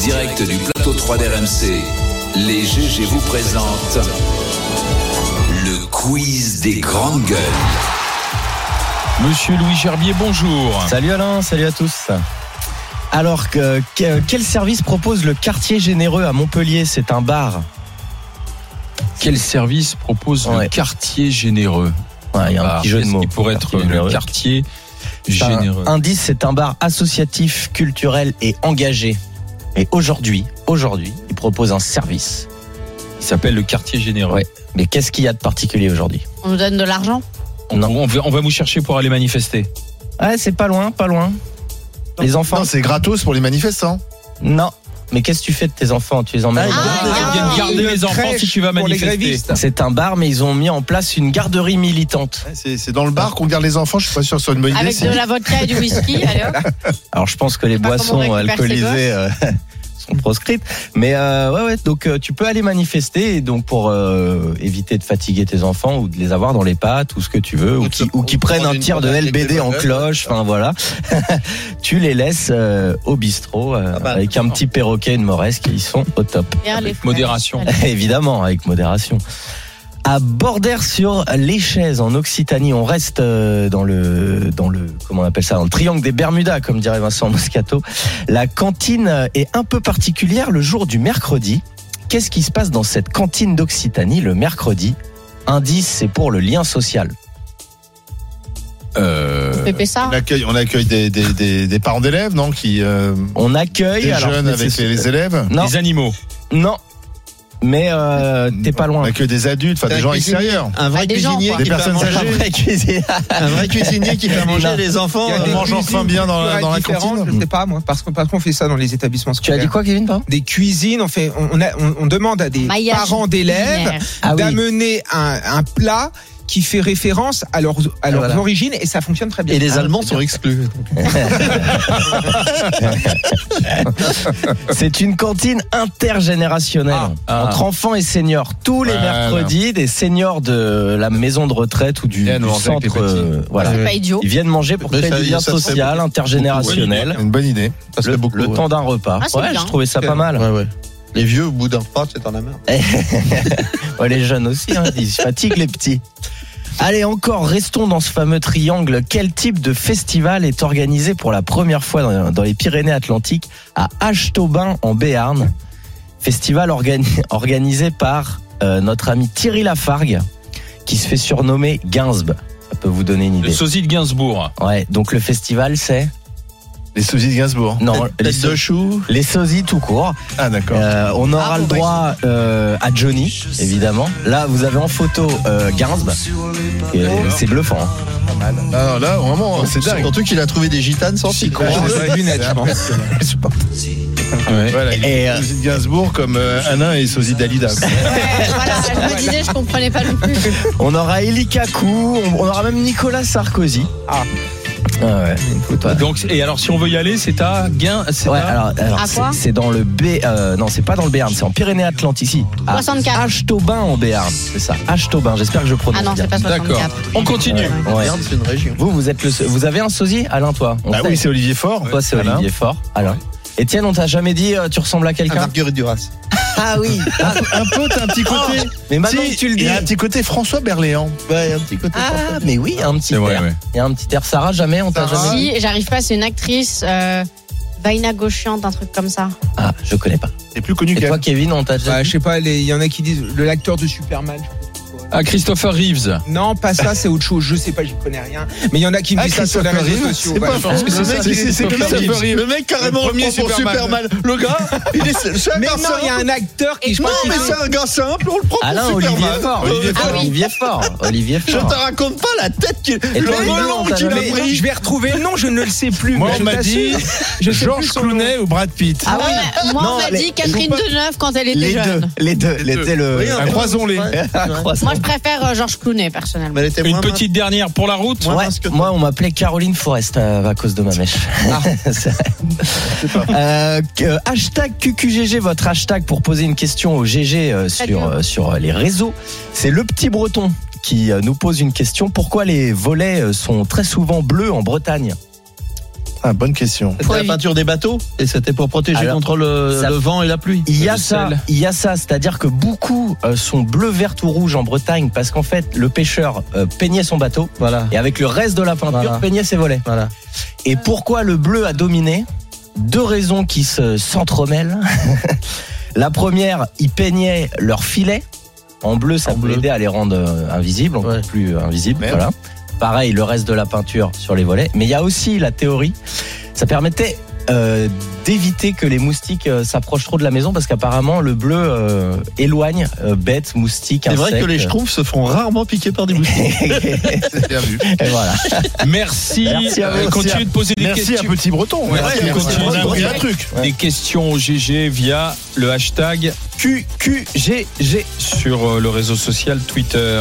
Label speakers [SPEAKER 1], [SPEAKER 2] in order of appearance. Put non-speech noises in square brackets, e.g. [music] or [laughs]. [SPEAKER 1] direct du plateau 3 d'RMC, les GG vous présentent le quiz des grandes gueules.
[SPEAKER 2] Monsieur Louis Gerbier, bonjour.
[SPEAKER 3] Salut Alain, salut à tous. Alors, que, que- quel service propose le quartier généreux à Montpellier C'est un bar.
[SPEAKER 2] Quel service propose le
[SPEAKER 3] Ouais.
[SPEAKER 2] quartier généreux
[SPEAKER 3] Ouais, Il y a un
[SPEAKER 2] Bah,
[SPEAKER 3] petit jeu de
[SPEAKER 2] qu'est-ce
[SPEAKER 3] mots.
[SPEAKER 2] qui pourrait être
[SPEAKER 3] Quartier généreux.
[SPEAKER 2] le quartier
[SPEAKER 3] C'est un-
[SPEAKER 2] généreux.
[SPEAKER 3] Indice, c'est un bar associatif, culturel et engagé. Et aujourd'hui, aujourd'hui, il propose un service.
[SPEAKER 2] Il s'appelle le quartier généreux.
[SPEAKER 3] Ouais. Mais qu'est-ce qu'il y a de particulier aujourd'hui
[SPEAKER 4] On nous donne de l'argent
[SPEAKER 2] On, on va, on va vous chercher pour aller manifester.
[SPEAKER 3] Ouais, c'est pas loin, pas loin. Les enfants
[SPEAKER 5] Non, c'est gratos pour les manifestants.
[SPEAKER 3] Non. Mais qu'est-ce que tu fais de tes enfants Tu les emmènes
[SPEAKER 4] Ah,
[SPEAKER 2] Ils
[SPEAKER 4] ah,
[SPEAKER 2] viennent
[SPEAKER 4] oui.
[SPEAKER 2] garder les enfants si tu vas manifester.
[SPEAKER 3] C'est un bar, mais ils ont mis en place une garderie militante.
[SPEAKER 5] C'est c'est dans le bar qu'on garde les enfants. Je suis pas sûr que ce soit une bonne idée.
[SPEAKER 4] avec
[SPEAKER 5] si-
[SPEAKER 4] de la vodka et du whisky. allez hop.
[SPEAKER 3] Alors je pense que les
[SPEAKER 4] sais pas
[SPEAKER 3] boissons
[SPEAKER 4] comment on récupère ses
[SPEAKER 3] alcoolisées euh, [laughs] sont proscrites, mais euh, ouais ouais. Donc euh, tu peux aller manifester et donc pour euh, éviter de fatiguer tes enfants ou de les avoir dans les pattes ou ce que tu veux ou
[SPEAKER 6] Ou
[SPEAKER 3] qui
[SPEAKER 6] te-
[SPEAKER 3] ou
[SPEAKER 6] ou
[SPEAKER 3] qui
[SPEAKER 6] te
[SPEAKER 3] prennent
[SPEAKER 6] prendre
[SPEAKER 3] un
[SPEAKER 6] une
[SPEAKER 3] tir de
[SPEAKER 6] banane avec
[SPEAKER 3] LBD
[SPEAKER 6] des
[SPEAKER 3] en
[SPEAKER 6] bananes.
[SPEAKER 3] cloche. Enfin voilà, [laughs] tu les laisses euh, au bistrot euh,
[SPEAKER 6] Ah bah,
[SPEAKER 3] avec un petit perroquet, une moresque, ils sont au top.
[SPEAKER 4] Et un, les fraises.
[SPEAKER 2] modération.
[SPEAKER 3] [laughs]
[SPEAKER 4] Allez.
[SPEAKER 3] Évidemment, avec modération. À Bordère sur les chaises en Occitanie, on reste euh, dans le dans le comment on appelle ça, dans le triangle des Bermudas, comme dirait Vincent Moscato. La cantine est un peu particulière le jour du mercredi. Qu'est-ce qui se passe dans cette cantine d'Occitanie le mercredi Indice, c'est pour le lien social.
[SPEAKER 2] Euh,
[SPEAKER 4] Pépé ça
[SPEAKER 5] On accueille, on accueille des, des- des- des parents d'élèves, non Qui euh,
[SPEAKER 3] On accueille
[SPEAKER 5] des
[SPEAKER 3] alors,
[SPEAKER 5] jeunes
[SPEAKER 3] mais
[SPEAKER 5] avec
[SPEAKER 3] c'est-
[SPEAKER 5] les, les élèves.
[SPEAKER 3] Non,
[SPEAKER 2] Les animaux.
[SPEAKER 3] non, mais euh, t'es pas
[SPEAKER 5] On
[SPEAKER 3] loin.
[SPEAKER 5] accueille des adultes, enfin des
[SPEAKER 6] T'as
[SPEAKER 5] gens
[SPEAKER 6] cuisiné.
[SPEAKER 5] extérieurs.
[SPEAKER 6] Un
[SPEAKER 4] Ah,
[SPEAKER 6] vrai
[SPEAKER 4] des
[SPEAKER 6] cuisinier
[SPEAKER 4] gens, quoi.
[SPEAKER 6] qui
[SPEAKER 5] Des
[SPEAKER 6] fait à
[SPEAKER 5] personnes
[SPEAKER 6] manger,
[SPEAKER 3] Après, cuisine.
[SPEAKER 6] un vrai cuisinier qui fait à manger
[SPEAKER 5] [laughs]
[SPEAKER 3] Non.
[SPEAKER 6] les enfants.
[SPEAKER 7] Il y a
[SPEAKER 6] euh,
[SPEAKER 7] des
[SPEAKER 5] On mange
[SPEAKER 7] cuisines
[SPEAKER 5] enfin bien dans la- dans la
[SPEAKER 7] culturelles
[SPEAKER 5] cantine. hein.
[SPEAKER 7] différentes, Je sais pas moi, parce qu'on parce qu'on fait ça dans les établissements
[SPEAKER 3] Tu as
[SPEAKER 7] scolaires.
[SPEAKER 3] dit quoi, Kevin pardon
[SPEAKER 7] Des cuisines, on fait, on, on a- on- on demande à des
[SPEAKER 4] Maillage
[SPEAKER 7] parents d'élèves
[SPEAKER 4] culinaire.
[SPEAKER 3] Ah oui.
[SPEAKER 7] d'amener un, un plat qui fait référence à leurs à leurs
[SPEAKER 3] voilà.
[SPEAKER 7] origines et ça fonctionne très bien. Ah,
[SPEAKER 6] Et les Allemands sont exclus.
[SPEAKER 3] C'est une cantine intergénérationnelle
[SPEAKER 2] Ah, ah.
[SPEAKER 3] entre enfants et seniors. Tous les
[SPEAKER 2] Voilà.
[SPEAKER 3] mercredis, des seniors de la maison de retraite ou du,
[SPEAKER 5] Ils viennent
[SPEAKER 3] du
[SPEAKER 5] manger avec les
[SPEAKER 3] centre, euh, voilà,
[SPEAKER 4] C'est pas idiot.
[SPEAKER 3] ils viennent manger pour
[SPEAKER 6] Mais
[SPEAKER 3] créer
[SPEAKER 6] ça,
[SPEAKER 3] du lien
[SPEAKER 6] ça, ça fait
[SPEAKER 3] social intergénérationnel.
[SPEAKER 5] Une bonne idée.
[SPEAKER 3] Le, le temps d'un repas.
[SPEAKER 4] Ah, c'est
[SPEAKER 3] ouais,
[SPEAKER 4] bien.
[SPEAKER 3] je trouvais ça pas
[SPEAKER 7] Ouais.
[SPEAKER 3] mal.
[SPEAKER 6] Ouais, ouais. Les vieux, au bout d'un repas, c'est en la merde.
[SPEAKER 3] Ouais, les jeunes aussi, hein, ils se fatiguent les petits. Allez, encore, restons dans ce fameux triangle. Quel type de festival est organisé pour la première fois dans, dans les Pyrénées-Atlantiques à Ashtaubin en Béarn Festival organi- organisé par euh, notre ami Thierry Lafargue, qui se fait surnommer Gainsbe. Ça peut vous donner une
[SPEAKER 2] Le
[SPEAKER 3] idée.
[SPEAKER 2] sosie de Gainsbourg.
[SPEAKER 3] Ouais, donc le festival, c'est
[SPEAKER 5] Les sosies de Gainsbourg.
[SPEAKER 3] Non, les,
[SPEAKER 6] Tête de chou.
[SPEAKER 3] les sosies tout court.
[SPEAKER 5] Ah d'accord.
[SPEAKER 3] Euh, on aura
[SPEAKER 4] Bravo,
[SPEAKER 3] le droit euh, à Johnny, évidemment. Là, vous avez en photo euh, Gainsbe. Et, euh, C'est bluffant. hein.
[SPEAKER 5] Ah, là vraiment, c'est dingue.
[SPEAKER 6] Surtout qu'il a trouvé des gitanes sans Ah,
[SPEAKER 7] Si,
[SPEAKER 6] filtre.
[SPEAKER 7] quoi. Des lunettes, je pense.
[SPEAKER 5] Voilà,
[SPEAKER 3] Et,
[SPEAKER 5] les
[SPEAKER 3] euh,
[SPEAKER 5] sosies de Gainsbourg comme euh, Alain et les sosies d'Alida.
[SPEAKER 4] Ouais, voilà, je me disais, je comprenais pas non plus.
[SPEAKER 3] On aura Eli Kaku, on, on aura même Nicolas Sarkozy.
[SPEAKER 7] Ah.
[SPEAKER 3] Ah ouais. Ouais.
[SPEAKER 2] Donc, et alors, si on veut y aller, c'est à Gain. c'est
[SPEAKER 3] Ouais,
[SPEAKER 2] à-
[SPEAKER 3] alors, alors,
[SPEAKER 4] À
[SPEAKER 3] c'est-
[SPEAKER 4] quoi
[SPEAKER 3] c'est dans le B. euh, non, c'est pas dans le Béarn, c'est en Pyrénées-Atlantiques. ici. À
[SPEAKER 4] 64.
[SPEAKER 3] Ashtaubin en Béarn, c'est ça. Ashtaubin, j'espère que je prononce
[SPEAKER 4] Ah non,
[SPEAKER 3] bien.
[SPEAKER 4] c'est pas Euh,
[SPEAKER 2] D'accord.
[SPEAKER 4] 64.
[SPEAKER 2] On continue.
[SPEAKER 3] Ouais.
[SPEAKER 6] Merde, c'est une région.
[SPEAKER 3] Vous, vous êtes le, se- vous avez un sosie, Alain, toi On
[SPEAKER 5] Ah
[SPEAKER 3] sait.
[SPEAKER 5] Bah oui, c'est Olivier Faure.
[SPEAKER 3] Toi, c'est
[SPEAKER 5] Alain.
[SPEAKER 3] Olivier Fort, Alain. Etienne, on t'a jamais dit euh, tu ressembles à
[SPEAKER 6] Un
[SPEAKER 3] quelqu'un
[SPEAKER 6] Marguerite Duras.
[SPEAKER 3] Ah oui.
[SPEAKER 5] bah, Un peu, t'as un petit côté.
[SPEAKER 3] mais maintenant
[SPEAKER 5] Si,
[SPEAKER 3] que tu le
[SPEAKER 5] il
[SPEAKER 3] dis.
[SPEAKER 5] y a un petit côté François Berléand.
[SPEAKER 6] Ouais, un petit côté.
[SPEAKER 3] Ah, mais oui, un petit
[SPEAKER 2] C'est vrai,
[SPEAKER 3] air.
[SPEAKER 2] ouais.
[SPEAKER 3] Il y a un petit air Sarah, jamais on t'a
[SPEAKER 5] Sarah.
[SPEAKER 3] jamais dit.
[SPEAKER 4] Si, j'arrive pas, c'est une actrice. Euh, Vaina Gauchiante, un truc comme ça.
[SPEAKER 3] Ah, je connais pas.
[SPEAKER 5] C'est plus connu
[SPEAKER 3] Et
[SPEAKER 5] qu'elle.
[SPEAKER 3] toi, Kevin, on t'a déjà
[SPEAKER 7] Bah, je
[SPEAKER 3] dit
[SPEAKER 7] sais pas, les- il y en a qui disent le l'acteur de Superman.
[SPEAKER 2] À Christopher Reeves.
[SPEAKER 7] Non, pas ça, c'est autre chose. Je sais pas, j'y connais rien. Mais il y en a qui me
[SPEAKER 5] Ah,
[SPEAKER 7] disent ça sur les
[SPEAKER 5] Christopher
[SPEAKER 7] réseaux
[SPEAKER 5] Reeve,
[SPEAKER 7] sociaux.
[SPEAKER 5] c'est
[SPEAKER 7] voilà.
[SPEAKER 5] pas fort.
[SPEAKER 2] que c'est
[SPEAKER 5] Le
[SPEAKER 2] ça,
[SPEAKER 5] mec,
[SPEAKER 2] c'est
[SPEAKER 5] il est- c'est
[SPEAKER 2] Christopher
[SPEAKER 5] comme ça.
[SPEAKER 2] Reeves.
[SPEAKER 5] Le mec carrément
[SPEAKER 6] Le premier
[SPEAKER 5] prend pour
[SPEAKER 6] Superman. Le gars, il est le seul
[SPEAKER 7] Mais non,
[SPEAKER 6] garçon.
[SPEAKER 7] il y a un acteur qui je
[SPEAKER 6] Non,
[SPEAKER 7] pense qu'il
[SPEAKER 6] mais
[SPEAKER 7] fait-
[SPEAKER 6] c'est un gars simple, on le prend
[SPEAKER 3] Alain,
[SPEAKER 6] pour
[SPEAKER 3] Olivier
[SPEAKER 6] Superman.
[SPEAKER 3] Fort.
[SPEAKER 6] Euh,
[SPEAKER 3] Olivier Fort.
[SPEAKER 4] Ah oui.
[SPEAKER 3] Olivier Fort. Olivier
[SPEAKER 6] Je
[SPEAKER 3] Fort.
[SPEAKER 6] te raconte pas la tête qu'il
[SPEAKER 3] Et toi,
[SPEAKER 6] le
[SPEAKER 3] Olivier,
[SPEAKER 6] melon
[SPEAKER 3] on t'a
[SPEAKER 6] qu'il a
[SPEAKER 3] donné-
[SPEAKER 7] Mais
[SPEAKER 6] pris.
[SPEAKER 7] je vais retrouver le nom, je ne le sais plus.
[SPEAKER 5] Moi,
[SPEAKER 7] mais
[SPEAKER 5] on
[SPEAKER 7] je
[SPEAKER 5] m'a dit
[SPEAKER 7] t'assure. Je sais
[SPEAKER 5] Georges
[SPEAKER 7] plus son nom.
[SPEAKER 5] Clooney ou Brad Pitt.
[SPEAKER 3] Ah oui.
[SPEAKER 4] Ouais, Moi,
[SPEAKER 3] Non,
[SPEAKER 4] on m'a
[SPEAKER 3] les-
[SPEAKER 4] dit Catherine Deneuve quand elle était
[SPEAKER 3] Les deux,
[SPEAKER 4] jeune.
[SPEAKER 3] les deux, les deux, le.
[SPEAKER 6] Oui, un
[SPEAKER 5] Ah,
[SPEAKER 6] peu.
[SPEAKER 5] croisons-les.
[SPEAKER 6] Ouais.
[SPEAKER 4] Moi, je préfère euh, Georges Clooney, personnellement.
[SPEAKER 6] Mais elle était
[SPEAKER 2] Une
[SPEAKER 6] moins mince.
[SPEAKER 2] petite dernière pour la route.
[SPEAKER 3] Ouais,
[SPEAKER 6] mince que toi.
[SPEAKER 3] moi, on m'appelait Caroline Forest euh, à cause de ma mèche. Ah. [laughs] C'est vrai. Euh, que- hashtag QQGG, votre hashtag pour poser une question au GG euh, sur,
[SPEAKER 4] Très bien.
[SPEAKER 3] euh, sur euh, les réseaux. C'est le petit breton qui euh, nous pose une question. Pourquoi les volets euh, sont très souvent bleus en Bretagne
[SPEAKER 5] Ah, bonne question.
[SPEAKER 6] C'était la peinture des bateaux et c'était pour protéger
[SPEAKER 3] Alors,
[SPEAKER 6] contre le,
[SPEAKER 3] ça-
[SPEAKER 6] le vent et la pluie.
[SPEAKER 3] Il y a
[SPEAKER 2] euh, Le
[SPEAKER 3] ça,
[SPEAKER 2] sel.
[SPEAKER 3] il y a ça, c'est-à-dire que beaucoup euh, sont bleu, vert ou rouge en Bretagne parce qu'en fait le pêcheur euh, peignait son bateau
[SPEAKER 6] Voilà.
[SPEAKER 3] et avec le reste de la peinture
[SPEAKER 6] Voilà.
[SPEAKER 3] peignait ses volets.
[SPEAKER 6] Voilà.
[SPEAKER 3] Et pourquoi le bleu a dominé Deux raisons qui se s'entremêlent. [laughs] la première, ils peignaient leur filet en bleu, ça
[SPEAKER 6] En
[SPEAKER 3] peut
[SPEAKER 6] bleu.
[SPEAKER 3] aider à les rendre euh, invisibles, encore
[SPEAKER 6] Ouais.
[SPEAKER 3] plus euh, invisibles.
[SPEAKER 5] Merde.
[SPEAKER 3] Voilà. Pareil, le reste de la peinture sur les volets. Mais il y a aussi la théorie, ça permettait euh, d'éviter que les moustiques euh, s'approchent trop de la maison parce qu'apparemment le bleu euh, éloigne euh, bêtes, moustiques,
[SPEAKER 6] C'est
[SPEAKER 3] insectes.
[SPEAKER 6] vrai que les schtroumpfs se font rarement piquer
[SPEAKER 5] [laughs]
[SPEAKER 6] par des moustiques.
[SPEAKER 5] euh. C'est
[SPEAKER 6] [laughs]
[SPEAKER 5] bien vu.
[SPEAKER 3] Et voilà.
[SPEAKER 2] Merci.
[SPEAKER 3] Merci à vous.
[SPEAKER 2] Euh, Continuez de poser des
[SPEAKER 5] Merci à
[SPEAKER 2] questions.
[SPEAKER 5] Petit Breton.
[SPEAKER 2] Ouais,
[SPEAKER 5] Merci
[SPEAKER 2] ouais,
[SPEAKER 5] à
[SPEAKER 2] continue.
[SPEAKER 5] Petit Breton. Il y a un truc.
[SPEAKER 2] Des questions au GG via le hashtag QQGG sur euh, le réseau social Twitter.